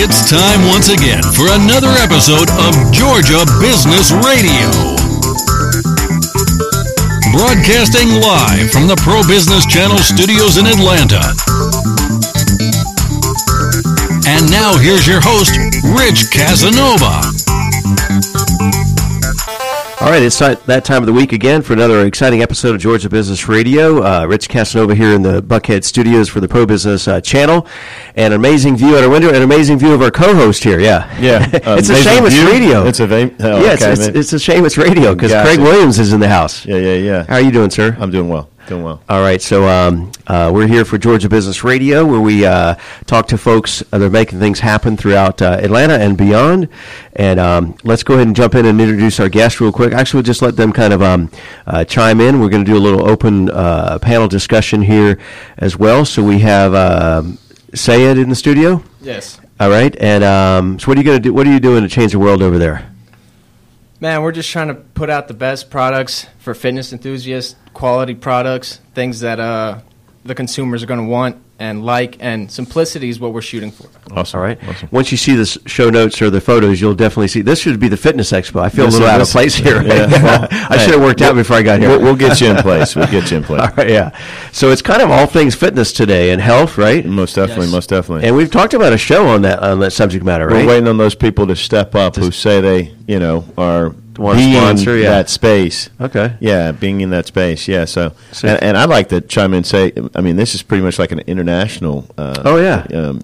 It's time once again for another episode of Georgia Business Radio. Broadcasting live from the Pro Business Channel studios in Atlanta. And now here's your host, Rich Casanova. All right, it's ti- that time of the week again for another exciting episode of Georgia Business Radio. Uh, Rich Casanova here in the Buckhead Studios for the Pro Business uh, Channel. An amazing view out our window, an amazing view of our co-host here. Yeah, Yeah, Uh, it's a amazing shame it's view. radio. It's a va- oh, yeah, it's, okay, it's, man. it's a shame it's radio because Gotcha. Craig Williams is in the house. yeah, yeah, yeah. How are you doing, sir? I'm doing well, doing well. All right, so um, uh, we're here for Georgia Business Radio, where we uh, talk to folks uh, that are making things happen throughout uh, Atlanta and beyond. And um, let's go ahead and jump in and introduce our guest real quick. Actually, we'll just let them kind of um, uh, chime in. We're going to do a little open uh, panel discussion here as well. So we have um Sayed in the studio. Yes. All right, and um, so what are you going to do? What are you doing to change the world over there? Man, we're just trying to put out the best products for fitness enthusiasts, quality products, things that uh, the consumers are going to want and like, and simplicity is what we're shooting for. Awesome. All right. Awesome. Once you see the s- show notes or the photos, you'll definitely see. This should be the fitness expo. I feel This a little is- out of this- place here. yeah, well, I should have worked out before I got here. We'll, we'll get you in place. We'll get you in place. All right, yeah. So it's kind of all things fitness today and health, right? Most definitely, Yes. most definitely. And we've talked about a show on that on that subject matter, we're right? waiting on those people to step up who say they, you know, are Wanna being sponsor, yeah. that space. Okay. Yeah, being in that space. Yeah. So, So- and, and I'd like to chime in and say, I mean, this is pretty much like an international. Uh, Oh, yeah. Um,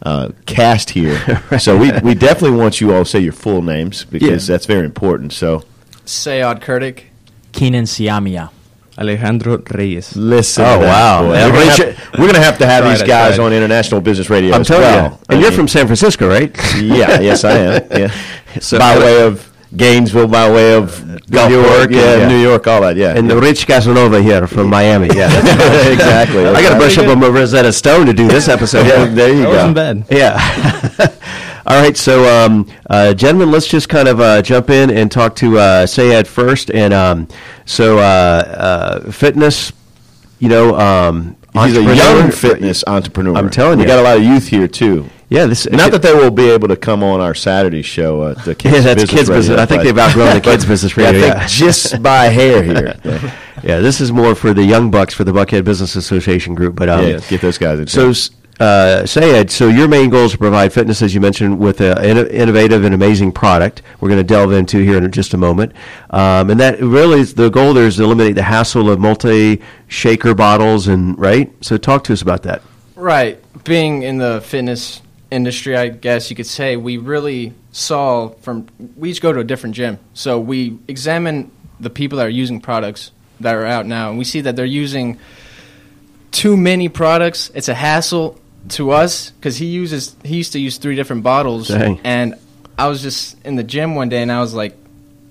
uh, cast here, so we, we definitely want you all to say your full names because Yeah. that's very important. So Sayod Kurtik. Keenan Siamia. Alejandro Reyes. Listen. Oh, to that, wow. boy. Yeah, We're, Rich- gonna have, we're gonna have to have Tried these it, guys tried it. on international business radio. I'm as telling well. you. And you're from San Francisco, right? from? Yeah. Yes, I am. Yeah. So- by way of Gainesville, by way of Gulfport, New York, yeah, yeah. New York, all that. Yeah. And the Rich Casanova here from Miami. Yeah, Exactly. I got to brush up Very on my Rosetta Stone to do this episode. yeah, there you go. That wasn't bad. Yeah. All right, so um, uh, gentlemen, let's just kind of uh, jump in and talk to uh, Sayed first. And um, so, uh, uh, fitness, you know, um, He's a entrepreneur- young fitness entrepreneur. I'm telling we you. got a lot of youth here too. Yeah, this Not that they will be able to come on our Saturday show at the kids Yeah, that's business kids radio, business. I think but- they've outgrown the kids but- business yeah, I radio, think yeah. just by hair here. Yeah. yeah, this is more for the young bucks for the Buckhead Business Association group. But um, Yeah, get those guys in So, s- shape. uh, Sayed, so your main goal is to provide fitness, as you mentioned, with an innovative and amazing product. We're going to delve into here in just a moment, um, and that really is the goal. There is to eliminate the hassle of multi shaker bottles, and right. So, talk to us about that. Right. Being in the fitness industry, I guess you could say we really saw from we each go to a different gym. So we examine the people that are using products that are out now and we see that they're using too many products. It's a hassle to us cuz he uses he used to use three different bottles Dang. and I was just in the gym one day and I was like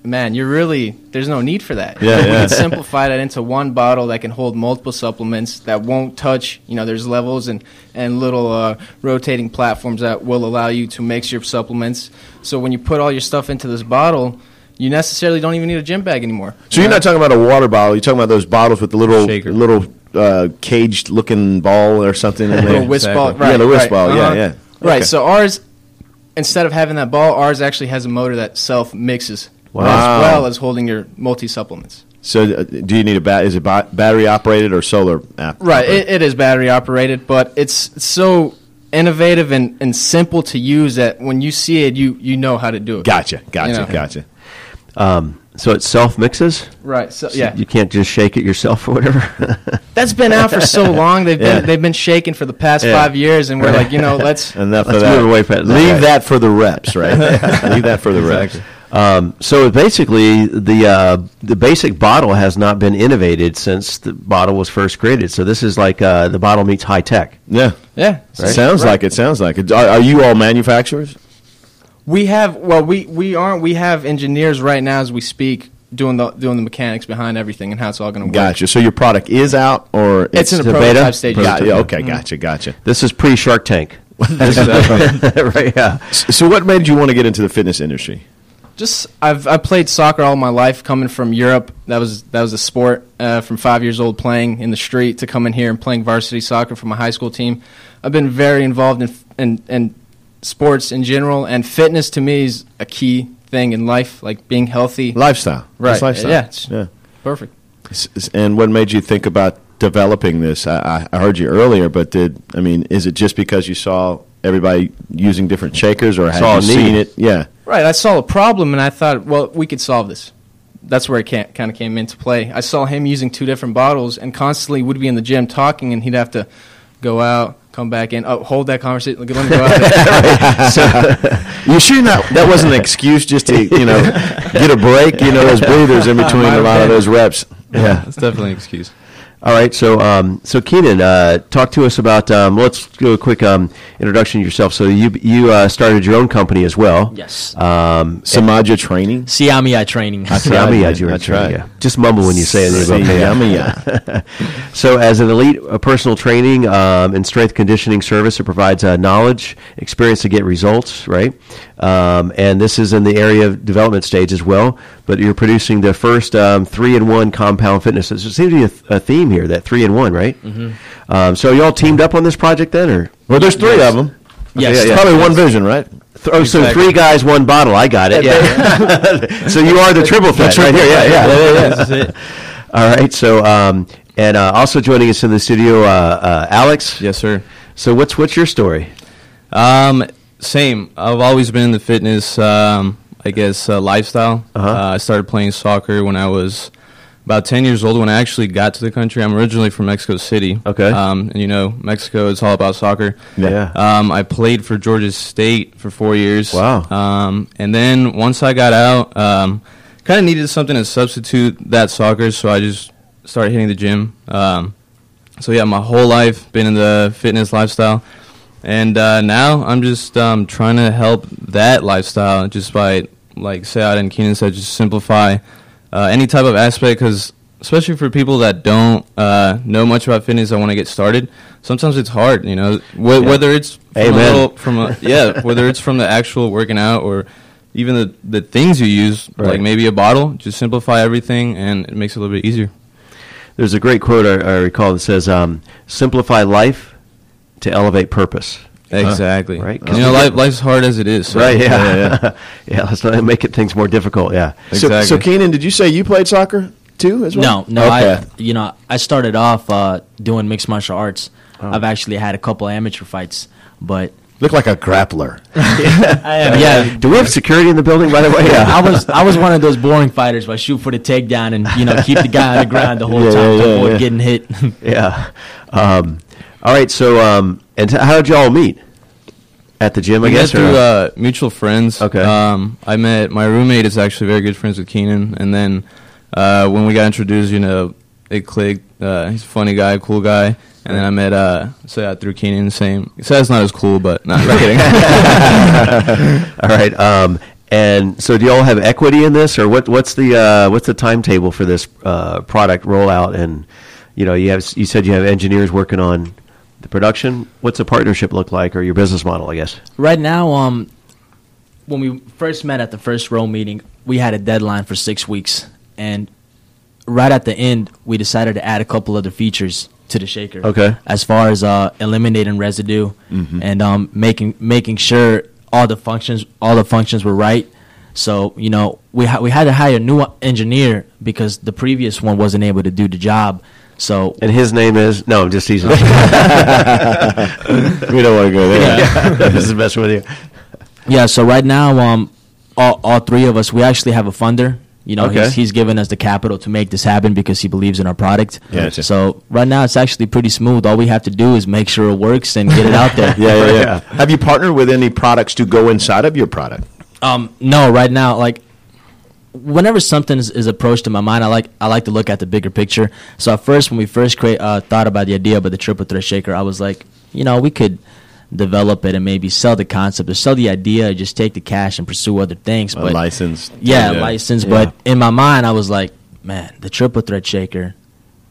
Man, you're really there's no need for that. Yeah, we yeah. could simplify that into one bottle that can hold multiple supplements that won't touch. You know, there's levels and and little uh, rotating platforms that will allow you to mix your supplements. So when you put all your stuff into this bottle, you necessarily don't even need a gym bag anymore. So you're know? not talking about a water bottle. You're talking about those bottles with the little Shaker. little uh, caged looking ball or something. In little there. whisk Exactly. ball, right? yeah, the whisk right, ball. uh-huh. Yeah, yeah. Right. Okay. So ours, instead of having that ball, ours actually has a motor that self mixes Wow. as well as holding your multi supplements. so uh, do you need a bat? Is it ba- battery operated or solar? App- Right, it, it is battery operated, but it's so innovative and, and simple to use that when you see it, you you know how to do it. gotcha. Gotcha. You know. Gotcha. So it self mixes. Right. So yeah, you can't just shake it yourself or whatever. that's been out for so long. They've Yeah. been they've been shaking for the past Yeah. five years, and we're like, you know, let's. Enough of Let's that. move away from- Leave Right. that for the reps. Right. Leave that for the reps. So basically, the uh, the basic bottle has not been innovated since the bottle was first created. So this is like uh, the bottle meets high tech. Yeah. Yeah. Sounds Right. like it. Sounds like it. Are, are you all manufacturers? We have well, we we aren't. We have engineers right now as we speak doing the doing the mechanics behind everything and how it's all going to work. Gotcha. So your product is out or It's in the a beta? prototype stage. yeah, yeah, okay. Gotcha. Gotcha. This is pre Shark Tank. Mm-hmm. right? Yeah. S- So what made you want to get into the fitness industry? Just I've I played soccer all my life. Coming from Europe, that was that was a sport uh, from five years old playing in the street to coming here and playing varsity soccer for my high school team. I've been very involved in in, in sports in general, and fitness to me is a key thing in life, like being healthy. Lifestyle. Right. It's lifestyle. Yeah, it's- yeah. Perfect. S- s- And what made you think about developing this? I, I I heard you earlier, but did I mean? Is it just because you saw everybody using different shakers, or Saw had a you seen need. it? Yeah, Right. I saw a problem, and I thought, well, we could solve this. That's where it kind of came into play. I saw him using two different bottles, and constantly would be in the gym talking, and he'd have to go out, come back in, oh, hold that conversation. Let me go out there. you sure not? That wasn't an excuse just to you know get a break. You know, those breathers in between a lot of those reps. Yeah, it's definitely an excuse. All right, so um, so Keenan, uh, talk to us about. Um, let's do a quick um, introduction to yourself. So you you uh, started your own company as well. Yes. Um, Samaja training. Uh, Siamia training. I tried, Yummy, man. I do I remember, tried. yeah. Just mumble when you say it. it'll be okay. Samaja. So, as an elite uh, personal training um, and strength conditioning service, it provides uh, knowledge, experience to get results, right? Um, and this is in the area of development stage as well. But you're producing the first um, three in one compound fitness. So There seems to be a, th- a theme here that three in one, right? Mm-hmm. Um, so, y'all teamed up on this project then, or? Well, there's three of them. Yes. It's probably one vision, right? Th- oh, so three guys, one bottle. I got it. Yeah. so you are the triple threat right here. Yeah, yeah, This is it. All right. So, um, and uh, also joining us in the studio, uh, uh, Alex. Yes, sir. So what's what's your story? Um, same. I've always been in the fitness, um, I guess, uh, lifestyle. Uh-huh. Uh, I started playing soccer when I was about 10 years old when I actually got to the country. I'm originally from Mexico City. Okay. Um, and you know, Mexico, it's all about soccer. Yeah. Uh, Um, I played for Georgia State for four years. Wow. Um, and then once I got out, um, kind of needed something to substitute that soccer, so I just started hitting the gym. Um, so yeah, my whole life been in the fitness lifestyle, and uh, now I'm just um, trying to help that lifestyle just by like Sayad and Keenan said, just simplify uh, any type of aspect because especially for people that don't uh, know much about fitness, I want to get started. Sometimes it's hard, you know, wh- whether it's from a Amen. little from a, yeah, whether it's from the actual working out or even the, the things you use, Right. like maybe a bottle, just simplify everything and it makes it a little bit easier. There's a great quote I, I recall that says, um, "Simplify life to elevate purpose." Exactly. Right, 'cause You know, we- life, life's hard as it is. so- Right. Yeah. Yeah. let's not make it things more difficult. Yeah. So, so Exactly. Keenan, did you say you played soccer too as well? No, no. Okay. I, you know, I started off uh, doing mixed martial arts. I've actually had a couple amateur fights, but Oh. Look like a grappler. yeah, Do we have security in the building, by the way? I was I was one of those boring fighters. Where I shoot for the takedown and you know keep the guy on the ground the whole Yeah, time yeah, to yeah, avoid yeah. getting hit. yeah. Um, all right. So, um, and t- how did y'all meet? At the gym, I We met guess. or- through uh, mutual friends. Okay. Um, I met my roommate is actually very good friends with Keenan, and then uh, when we got introduced, you know, it clicked. Uh, he's a funny guy, cool guy, and then I met uh, Sayat through Keenan. Same. Sayat's not as cool, but not nah, kidding. all right. Um, and so, do y'all have equity in this, or what? What's the uh, what's the timetable for this uh, product rollout? And you know, you have you said you have engineers working on the production. What's the partnership look like, or your business model? I guess. Right now, um, when we first met at the first row meeting, we had a deadline for six weeks, and right at the end, we decided to add a couple other features to the shaker. Okay. As far as uh, eliminating residue and um, making making sure all the functions all the functions were right. So you know we ha- we had to hire a new engineer because the previous one wasn't able to do the job. So And his name is no, I'm just teasing. we don't want to go there. this is the best with you. Yeah, so right now, um, all, all three of us, we actually have a funder. You know, Okay. he's, he's given us the capital to make this happen because he believes in our product. Gotcha. So right now, it's actually pretty smooth. All we have to do is make sure it works and get it out there. Yeah, yeah, yeah. Yeah. Have you partnered with any products to go inside of your product? Um, no, right now, like whenever something is, is approached in my mind, I like I like to look at the bigger picture. So at first, when we first create, uh, thought about the idea about the triple threat shaker, I was like, you know, we could develop it and maybe sell the concept or sell the idea, just take the cash and pursue other things. But license. yeah, license. But in my mind, I was like, man, the triple threat shaker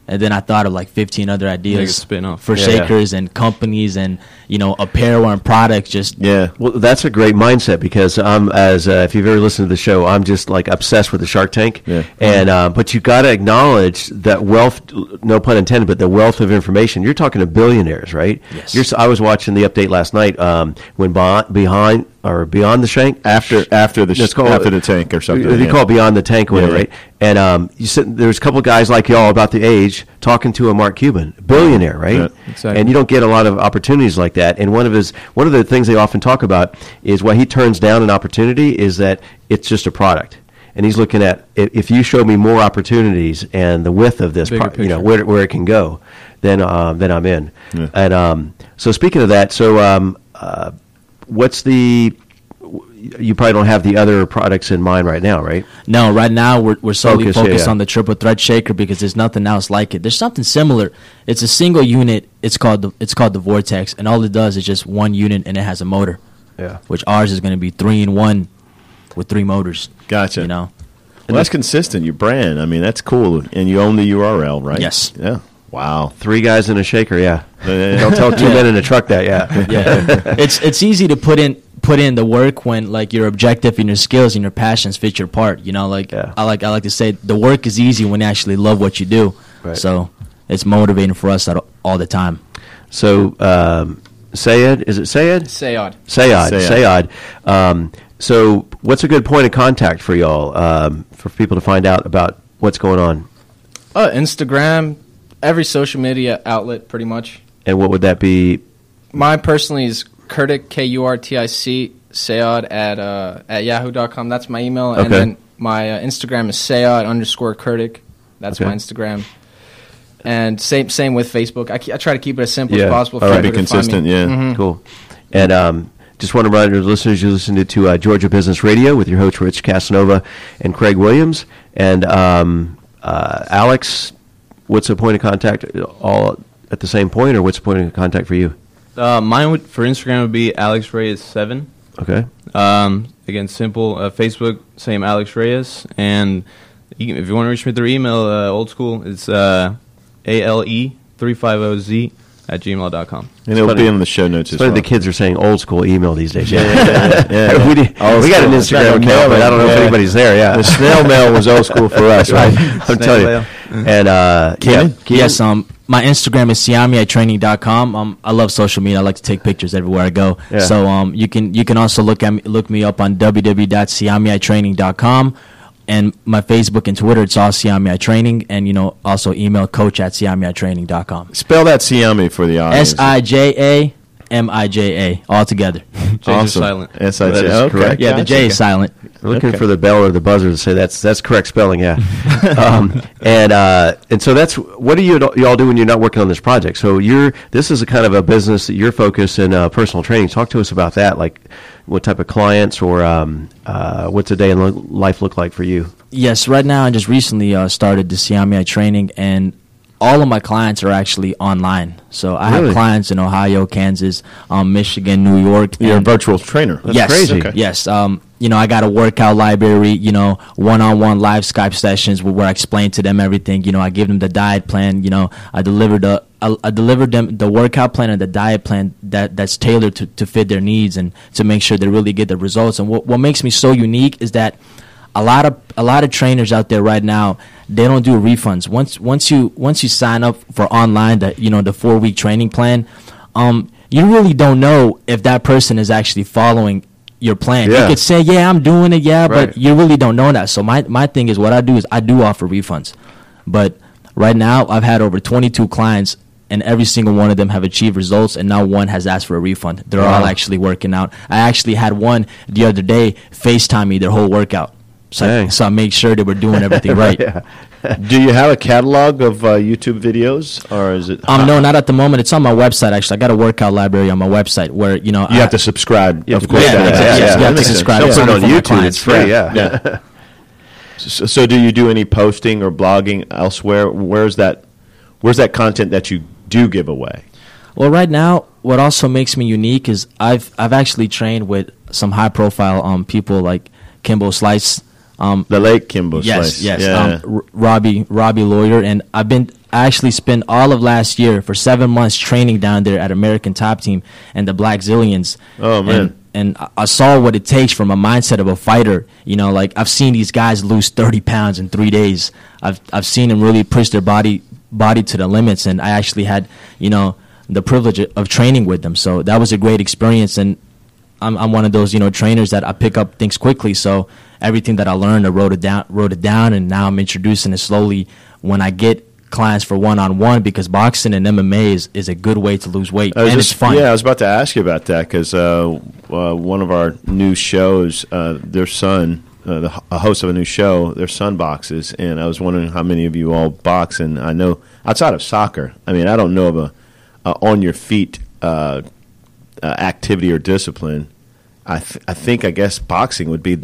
And then I thought of like 15 other Like a ideas spin-off. for Yeah, yeah. shakers and companies and you know apparel and products. Just Yeah. Well, that's a great mindset because I'm as uh, if you've ever listened to the show, I'm just like obsessed with the Shark Tank. Yeah. And uh, but you got to acknowledge that wealth, no pun intended, but the wealth of information. You're talking to billionaires, right? Yes. You're, s- I was watching the update last night um, when beyond, behind or beyond the shank After after the Let's sh- call it- after the tank or something. They yeah. call it Beyond the Tank, whatever, Yeah, yeah. right? And um, you sit, there's a couple guys like y'all about the age talking to a Mark Cuban, billionaire, right? Yeah, exactly. And you don't get a lot of opportunities like that. And one of his one of the things they often talk about is why he turns down an opportunity is that it's just a product. And he's looking at i- if you show me more opportunities and the width of this, Bigger pro- you know, picture. where, where it can go, then um, then I'm in. Yeah. And um, so speaking of that, so um, uh, what's the you probably don't have the other products in mind right now, right? No, right now we're, we're solely Focus, yeah, focused yeah. on the triple thread shaker because there's nothing else like it. There's something similar. It's a single unit. It's called the it's called the vortex, and all it does is just one unit, and it has a motor. Yeah. Which ours is going to be three in one, with three motors. Gotcha. You know. Well, that's consistent. Your brand. I mean, that's cool. And you own the URL, right? Yes. Yeah. Wow. Three guys in a shaker, yeah. yeah, Don't tell two men in a truck that, yeah. Yeah. it's it's easy to put in put in the work when like your objective and your skills and your passions fit your part. You know, like Yeah. I like I like to say the work is easy when you actually love what you do. Right. So it's motivating for us at, all the time. So, um, Sayed, is it Sayed? Say odd. Sayed, Sayed. Sayed. Um, so, what's a good point of contact for y'all um, for people to find out about what's going on? Uh, Instagram, every social media outlet, pretty much. And what would that be? My personally is Kurtic, K U R T I C, Sayod at, uh, at yahoo.com. That's my email. Okay. And then my uh, Instagram is Sayod underscore Kurtic. That's Okay. my Instagram. And same same with Facebook. I, ke- I try to keep it as simple Yeah. as possible. All for right. people Be to find me. consistent, yeah. Cool. And um, just want to remind your listeners you listened to uh, Georgia Business Radio with your host Rich Casanova and Craig Williams and um, uh, Alex. What's the point of contact? All at the same point, or what's the point of contact for you? Uh, mine would, for Instagram would be Alex Reyes seven. Okay. Um, again, simple. Uh, Facebook, same Alex Reyes. And you can, if you want to reach me through email, uh, old school, it's uh, E ale350z at gmail.com. And it'll funny. be in the show notes as Funny well. the kids are saying old school email these days. Yeah, yeah, yeah, yeah, yeah. we, did- Old we got an school. Instagram Snail account, but I don't know if mail. anybody's there. Yeah, The snail mail was old school for us, right? I'm telling mail. you. And uh, yeah, Kenan? Yes, um, my Instagram is siami at training.com. Um, I love social media. I like to take pictures everywhere I go. Yeah. So um, you can you can also look at me, look me up on www.siamiatraining.com. And my Facebook and Twitter, it's all Siami at Training. And, you know, also email coach at siamiatraining.com. Spell that Siami for the audience. S I J A M I J A, all together. J's are silent. S I That J. is Okay. correct. Yeah, the J is silent. We're looking Okay. for the bell or the buzzer to say that's that's correct spelling, yeah. um, and uh, and so that's what do you y'all do when you're not working on this project? So you're this is a kind of a business that you're focused in uh, personal training. Talk to us about that, like what type of clients or um, uh, what's a day in li- life look like for you? Yes, right now I just recently uh, started the Siamia training, and all of my clients are actually online. So I Really? have clients in Ohio, Kansas, um, Michigan, New York. You're a and- virtual trainer. yes, crazy. Okay. Yes, um, you know I got a workout library. You know, one-on-one live Skype sessions where, where I explain to them everything. You know, I give them the diet plan. You know, I deliver the I, I delivered them the workout plan and the diet plan that that's tailored to, to fit their needs and to make sure they really get the results. And what what makes me so unique is that a lot of a lot of trainers out there right now they don't do refunds once once you once you sign up for online that you know the four week training plan um you really don't know if that person is actually following your plan Yeah. you could say yeah i'm doing it yeah Right. but you really don't know that so my my thing is what i do is i do offer refunds but right now i've had over 22 clients and every single one of them have achieved results and not one has asked for a refund they're all Wow. actually working out i actually had one the other day facetime me their whole workout so I, Dang. so I make sure that we're doing everything right. Do you have a catalog of uh, YouTube videos, or is it? Um, no, not at the moment. It's on my website actually. I got a workout library on my website where you know You I, have to subscribe. have of to course. pay for that. Yeah, yeah, that you have to makes sense. subscribe. Don't It's put it only on for my YouTube. It's clients. free. Yeah. yeah. so, so do you do any posting or blogging elsewhere? Where's that? Where's that content that you do give away? Well, right now, what also makes me unique is I've I've actually trained with some high profile um people like Kimbo Slice. Um, The late Kimbo yes, Slice. yes, Yeah. um, R- Robbie Robbie Lawyer, and I've been I actually spent all of last year for seven months training down there at American Top Team and the Black Zillions. Oh, man. And- and I- I saw what it takes from a mindset of a fighter. You know, like I've seen these guys lose 30 pounds in three days. I've I've seen them really push their body body to the limits, and I actually had you know the privilege of training with them. So that was a great experience, and I'm I'm one of those you know trainers that I pick up things quickly. So everything that I learned, I wrote it down, wrote it down, and now I'm introducing it slowly when I get clients for one on one because boxing and MMA is, is a good way to lose weight I was and just- it's fun. Oh, Yeah, I was about to ask you about that because uh, uh, one of our new shows, uh, their son, uh, the, h- a host of a new show, their son boxes, and I was wondering how many of you all box. And I know outside of soccer, I mean, I don't know of a, a on your feet uh, uh, activity or discipline. I th- I think I guess boxing would be,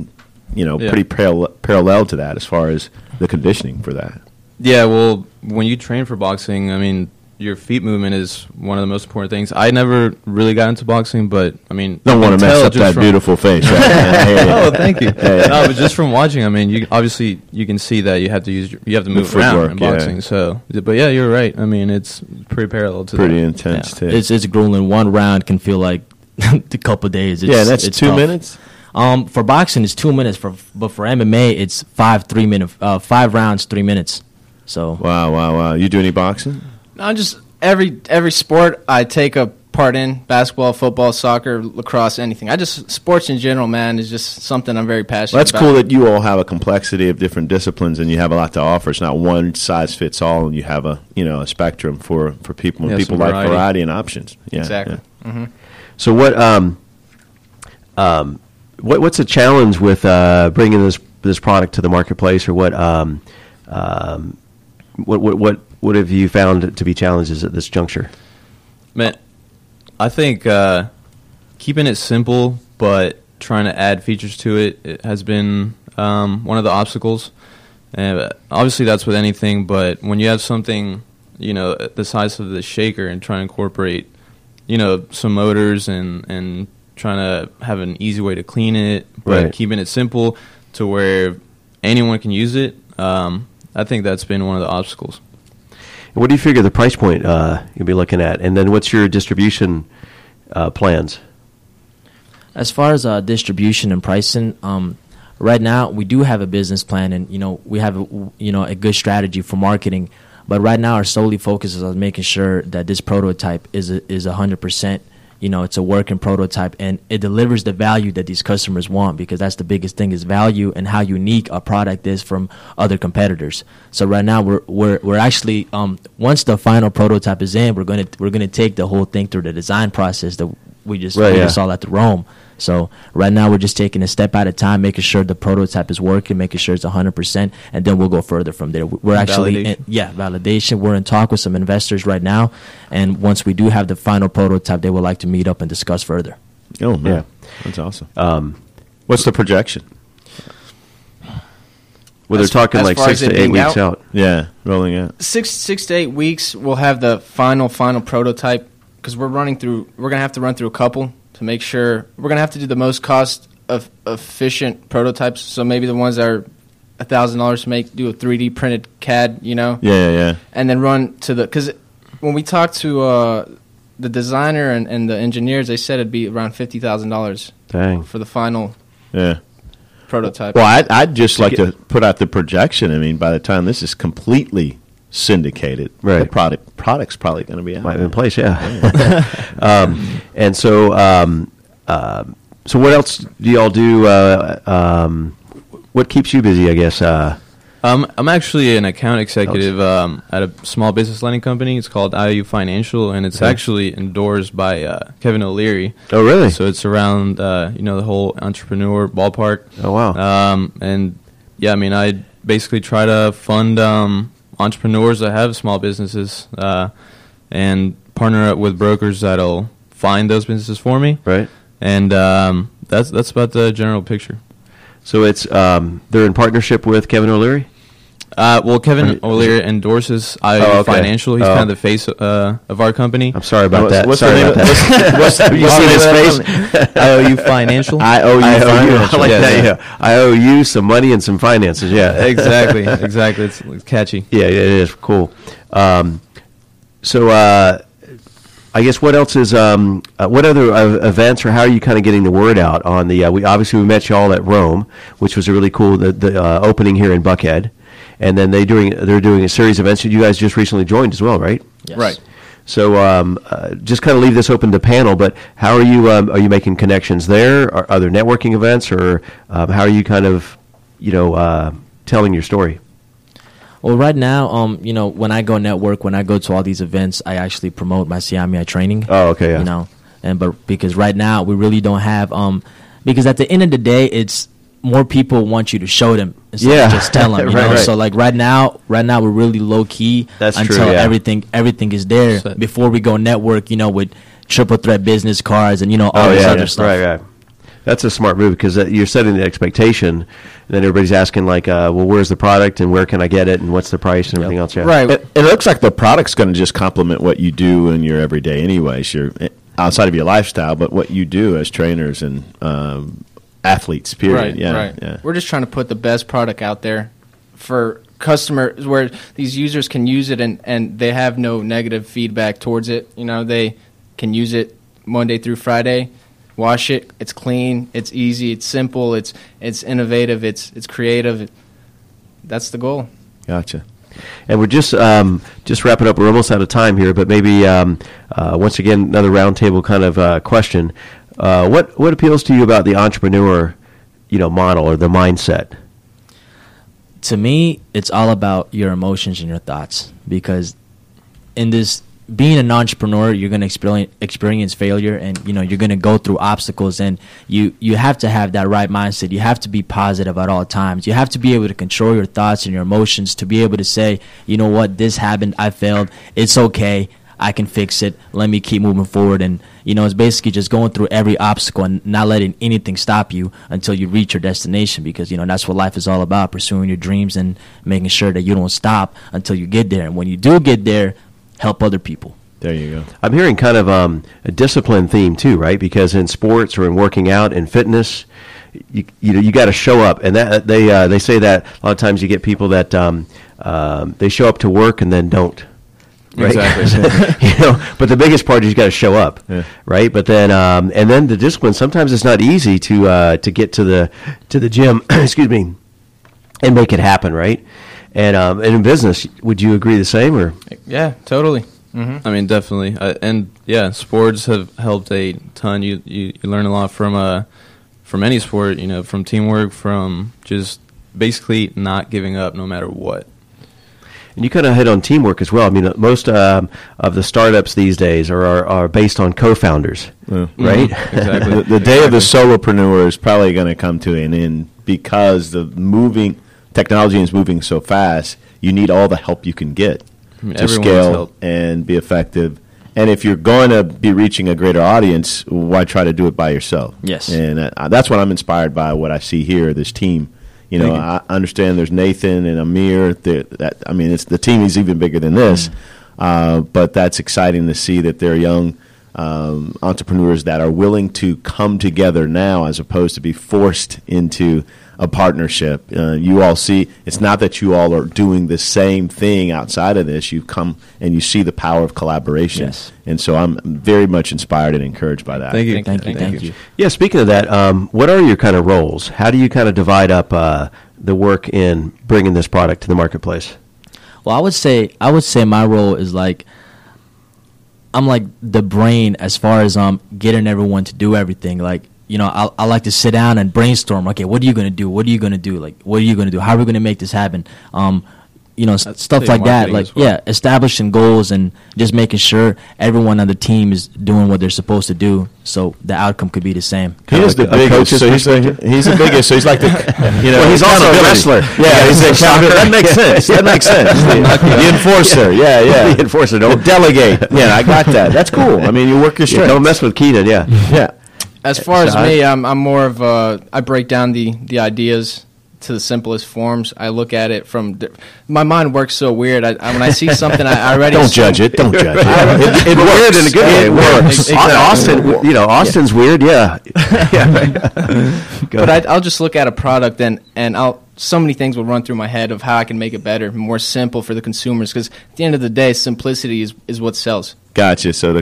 you know, Yeah. pretty parallel parallel to that as far as the conditioning for that. Yeah, well, when you train for boxing, I mean, your feet movement is one of the most important things. I never really got into boxing, but I mean, Don't I want can to mess tell up just that from- beautiful face. Right? I hear ya. Oh, thank you. Yeah, yeah. No, but just from watching, I mean, you obviously you can see that you have to use your, you have to move around footwork, in yeah. boxing. So, but yeah, you're right. I mean, it's pretty parallel to Pretty that. intense too. It's it's grueling. One round can feel like a couple days. It's, yeah, that's it's two tough. minutes. Um, for boxing, it's two minutes. For but for MMA, it's five three minute uh, five rounds, three minutes. So Wow, wow, wow! You do any boxing? No, just every every sport I take a part in basketball, football, soccer, lacrosse, anything. I just sports in general, man, is just something I'm very passionate. Well, that's about. cool that you all have a complexity of different disciplines, and you have a lot to offer. It's not one size fits all, and you have a you know a spectrum for for people. Yeah, and people some like variety. variety and options. Yeah, Exactly. yeah. So what um, um, what what's a challenge with uh, bringing this this product to the marketplace, or what um, um, what what what what have you found to be challenges at this juncture? Man, I think uh, keeping it simple but trying to add features to it, it has been um, one of the obstacles. And uh, obviously, that's with anything, but when you have something, you know, uh, the size of the shaker and try to incorporate, you know, some motors and and trying to have an easy way to clean it, but Right. keeping it simple to where anyone can use it. Um, I think that's been one of the obstacles. What do you figure the price point uh, you'll be looking at, and then what's your distribution uh, plans? As far as uh, distribution and pricing, um, right now we do have a business plan, and you know we have a, you know a good strategy for marketing. But right now, our solely focus is on making sure that this prototype is a, is hundred percent. You know, it's a working prototype, and it delivers the value that these customers want because that's the biggest thing is value and how unique our product is from other competitors. So right now, we're we're we're actually um, once the final prototype is in, we're gonna we're gonna take the whole thing through the design process that we just Right, we yeah. just all at the Rome. So right now we're just taking a step at a time, making sure the prototype is working, making sure it's 100%, and then we'll go further from there. We- We're actually, Validation. in, yeah, validation. We're in talk with some investors right now, and once we do have the final prototype, they would like to meet up and discuss further. Oh man, Yeah. that's awesome. Um, What's the projection? Well, they're As- talking as like far six as it to eight being weeks out? out. Yeah, rolling out. six six to eight weeks we'll have the final final prototype because we're running through we're gonna have to run through a couple to make sure we're gonna have to do the most cost of efficient prototypes so maybe the ones that are a thousand dollars to make do a 3d printed cad you know Yeah, yeah, yeah. and then run to the because when we talked to uh, the designer and, and the engineers they said it'd be around fifty thousand dollars Dang. for the final yeah. prototype Well, I'd, I'd just like to put out the projection. I mean, by the time this is completely syndicated, the Right. product product's probably going to be out. Might have been place, yeah. um, and so, um, um so what else do y'all do? Uh, um, what keeps you busy? I guess. Uh, Um, I'm actually an account executive um, at a small business lending company. It's called IOU Financial, and it's actually endorsed by uh, Kevin O'Leary. Mm-hmm. oh, really? So it's around uh, you know the whole entrepreneur ballpark. Oh, wow. Um, and yeah, I mean I basically try to fund um, entrepreneurs that have small businesses uh, and partner up with brokers that'll find those businesses for me. right. And um, that's that's about the general picture. So it's um, they're in partnership with Kevin O'Leary. Uh, well, Kevin O'Leary endorses I Oh, okay. Financial. He's Oh. kind of the face uh, of our company. I'm sorry about What's- that. what's the sorry name about of- that. what's- what's- you what's see the his name of face? that IOU Financial. I owe you. I owe you. financial. I like Yeah, that. yeah. Yeah, I owe you some money and some finances. Yeah, exactly, exactly. It's, it's catchy. yeah, it is cool. Um, so, uh, I guess what else is um, uh, what other uh, events or how are you kind of getting the word out on the? Uh, we obviously we met you all at Rome, which was a really cool the, the uh, opening here in Buckhead, and then they doing they're doing a series of events that you guys just recently joined as well, right? Yes. Right. So, um, uh, just kind of leave this open to panel. But how are you? Um, are you making connections there? Are, are there networking events, or um, how are you kind of, you know, uh, telling your story? Well, right now, um, you know, when I go network, when I go to all these events, I actually promote my CIMI training. Oh, okay, yeah. You know, and but because right now we really don't have um, because at the end of the day, it's more people want you to show them instead Yeah. of just tell them. You Right, know, right. so like right now, right now we're really low key That's true, until yeah. everything everything is there So- before we go network. You know, with triple threat business cards and you know all Oh, this yeah, other yeah. stuff. Right, right. That's a smart move because uh, you're setting the expectation, and then everybody's asking like, uh, "Well, where's the product, and where can I get it, and what's the price, and everything else?" Yeah. Right. It, it looks like the product's going to just complement what you do in your everyday, anyways. Your eh, outside of your lifestyle, but what you do as trainers and um, athletes. Period. Right. yeah. right. Yeah. We're just trying to put the best product out there for customers where these users can use it and, and they have no negative feedback towards it. You know, they can use it Monday through Friday, wash it, it's clean, it's easy, it's simple, it's it's innovative, it's it's creative. That's the goal. Gotcha. And we're just um, just wrapping up. We're almost out of time here, but maybe um, uh, once again another roundtable kind of uh, question. Uh, what what appeals to you about the entrepreneur, you know, model or the mindset? to me, it's all about your emotions and your thoughts because in this being an entrepreneur, you're going to experience experience failure and you know, you're going to go through obstacles and you you have to have that right mindset. You have to be positive at all times. You have to be able to control your thoughts and your emotions to be able to say, you know what, this happened, I failed. It's okay. I can fix it. Let me keep moving forward and you know, it's basically just going through every obstacle and not letting anything stop you until you reach your destination because, you know, that's what life is all about pursuing your dreams and making sure that you don't stop until you get there. And when you do get there, help other people. There you go. I'm hearing kind of um, a discipline theme too, right? Because in sports or in working out and fitness, you you know you got to show up, and that they uh, they say that a lot of times you get people that um, um, they show up to work and then don't. Right? Exactly. you know, but the biggest part is you got to show up, Yeah. right? But then, um, and then the discipline. Sometimes it's not easy to uh, to get to the to the gym. excuse me, and make it happen, right? And um, and in business, would you agree the same or? Yeah, totally. Mm-hmm. I mean, definitely, uh, and yeah, sports have helped a ton. You you, you learn a lot from uh, from any sport. You know, from teamwork, from just basically not giving up no matter what. And you kind of hit on teamwork as well. I mean, uh, most um, of the startups these days are, are, are based on co-founders, right? Mm-hmm. Exactly. the, the day of the solopreneur is probably going to come to an end because the moving technology is moving so fast. You need all the help you can get mean, to everyone's scale help. and be effective. And if you're going to be reaching a greater audience, why try to do it by yourself? Yes. and uh, that's what I'm inspired by. What I see here, this team. You know, I understand there's Nathan and Amir. That, that I mean, it's the team is even bigger than this. Uh, but that's exciting to see that they're young um, entrepreneurs that are willing to come together now as opposed to be forced into a partnership. Uh, you all see, it's not that you all are doing the same thing outside of this. You come and you see the power of collaboration. Yes. And so I'm very much inspired and encouraged by that. Thank you. Thank you. Thank you. yeah. Speaking of that, um, what are your kind of roles? How do you kind of divide up uh, the work in bringing this product to the marketplace? Well, I would say I would say my role is like I'm like the brain as far as um getting everyone to do everything. Like you know, I, I like to sit down and brainstorm. Okay, what are you gonna do? What are you gonna do? Like what are you gonna do? How are we gonna make this happen? Um, you know, s- That's stuff big like that. marketing Like as well. yeah, establishing goals and just making sure everyone on the team is doing what they're supposed to do, so the outcome could be the same. He is the like a- a coach's biggest. So he's, the, he's the biggest. So he's like the, you know. Well, he's also a accountability. wrestler. Yeah, he's the accountability. That makes sense. That makes sense. The, the enforcer. Yeah, yeah. The enforcer, The don't- delegate. Yeah, I got that. That's cool. I mean, you work your Yeah, strength. don't mess with Keenan. Yeah. Yeah. As far as Shahid? me, I'm, I'm more of a, I break down the, the ideas to the simplest forms. I look at it from di- my mind works so weird. I, I, when I see something, I, I already Don't assume- judge it. Don't judge it. it, it weird in a good way. It works. Exactly. Austin, you know, Austin's weird. Yeah. Go But ahead. I, I'll just look at a product and and I'll so many things will run through my head of how I can make it better, more simple for the consumers. Because at the end of the day, simplicity is is what sells. Gotcha. So the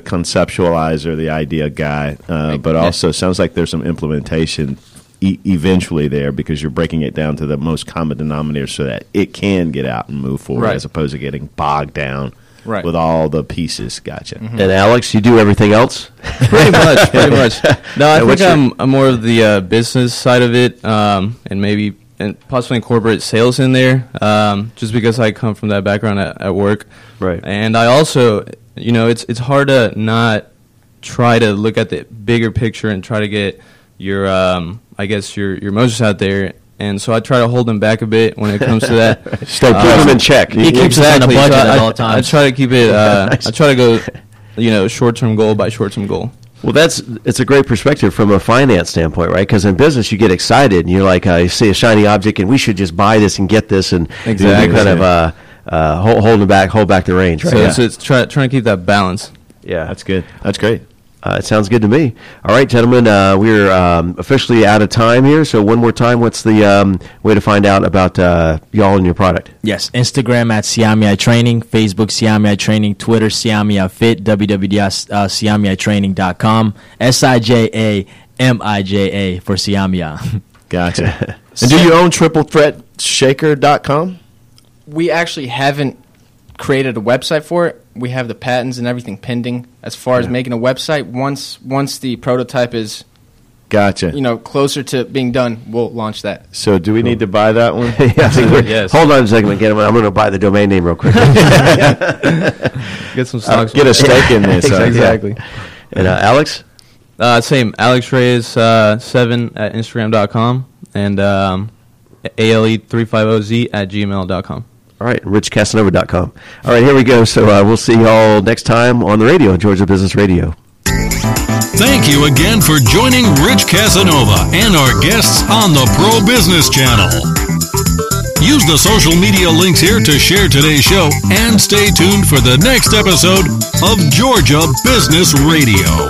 conceptualizer, the idea guy, uh, but Yeah. also sounds like there's some implementation e- eventually there because you're breaking it down to the most common denominator so that it can get out and move forward Right. as opposed to getting bogged down Right. with all the pieces. Gotcha. and Alex, you do everything else. pretty much, pretty much. No, I And what's think your- I'm, I'm more of the uh, business side of it, um, and maybe and possibly incorporate sales in there, um, just because I come from that background at, at work. Right. And I also, you know, it's it's hard to not try to look at the bigger picture and try to get your, um, I guess your your emotions out there. And so I try to hold them back a bit when it comes to that. Stay keep them in check. He keeps us on a Exactly. So budget I, at all I, times. try to keep it. Uh, I try to go, you know, short term goal by short term goal. Well, that's it's a great perspective from a finance standpoint, right? Because in business, you get excited and you're like, uh, you see a shiny object, and we should just buy this and get this, and you know, you're Exactly. kind of uh, uh, hold, holding back, hold back the range, right? So it's, it's try, trying to keep that balance. yeah, That's good. That's great. Uh, it sounds good to me. All right, gentlemen, uh, we're um, officially out of time here. So one more time, what's the um, way to find out about uh, y'all and your product? Yes, Instagram at Siamia Training, Facebook Siamia Training, Twitter Siamia Fit, uh, www.siamiatraining.com, S I J A M I J A for Siamia. Gotcha. and do you own triple threat shaker.com? we actually haven't created a website for it. We have the patents and everything pending as far as making a website. Once once the prototype is Gotcha. you know closer to being done, we'll launch that. so do we need to buy that one? Yeah, I think we're- Yes. Hold on a second, gentlemen. I'm going to buy the domain name real quick. Get some stocks. Get a stake in this. huh? exactly. and uh, Alex, Uh, same. Alex Reyes uh, seven at Instagram.com and um, ale three five zero z at gmail.com. all right, richcasanova.com. All right, here we go. So uh, we'll see y'all next time on the radio, Georgia Business Radio. Thank you again for joining Rich Casanova and our guests on the Pro Business Channel. Use the social media links here to share today's show and stay tuned for the next episode of Georgia Business Radio.